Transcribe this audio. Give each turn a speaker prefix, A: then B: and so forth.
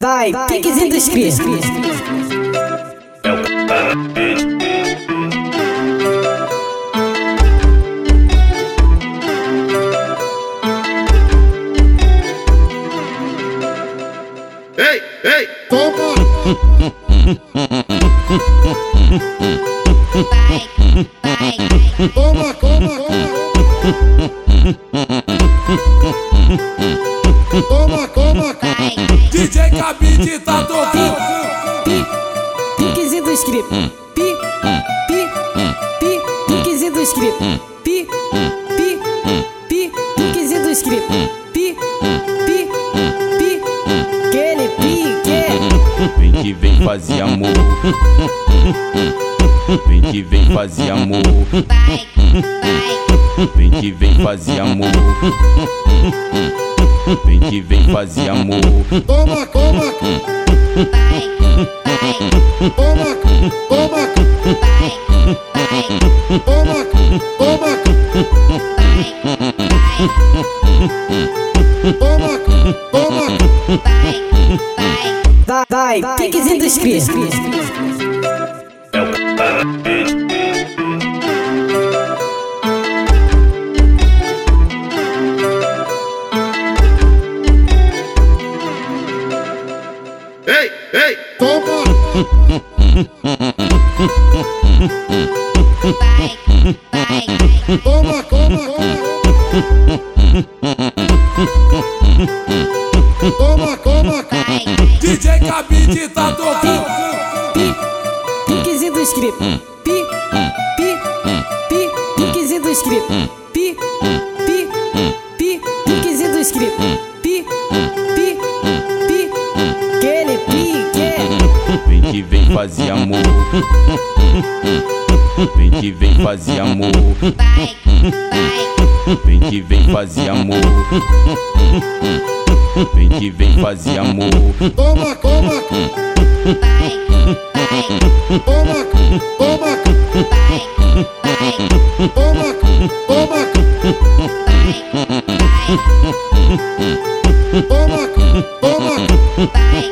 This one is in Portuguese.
A: vai, vai, piquezinho dos cria.
B: Ei, ei, como? Como, como, como? Como, como, como?
C: DJ Cabide tá tocando.
A: Piquezinho dos cria. Pi, pi, pi, piquezinho dos cria. Pi, pi, pi, piquezinho dos cria. Pi, pi, pi, que ele pique.
D: Vem que vem fazer amor. Vem que vem fazer amor. Vem que vem fazer amor. Vem que vem fazer amor.
B: Como, como? Como, como? Como, como? Como, como?
A: Vai, vai, piquezinho dos cria.
B: Ei, ei, como? Como, como? Como, como?
C: DJ Cabide tá tocando.
A: Pi, piquezinho dos cria. Pi, pi, pi, piquezinho dos cria. Pi, pi, pi, piquezinho dos cria. Pi, pi, pi, que ele pique.
D: Vem que vem fazer amor. Vem que vem fazer amor. Vem que vem fazer amor. Vem que vem fazer amor.
B: Como, como? Como, como? Como, como? Como, como?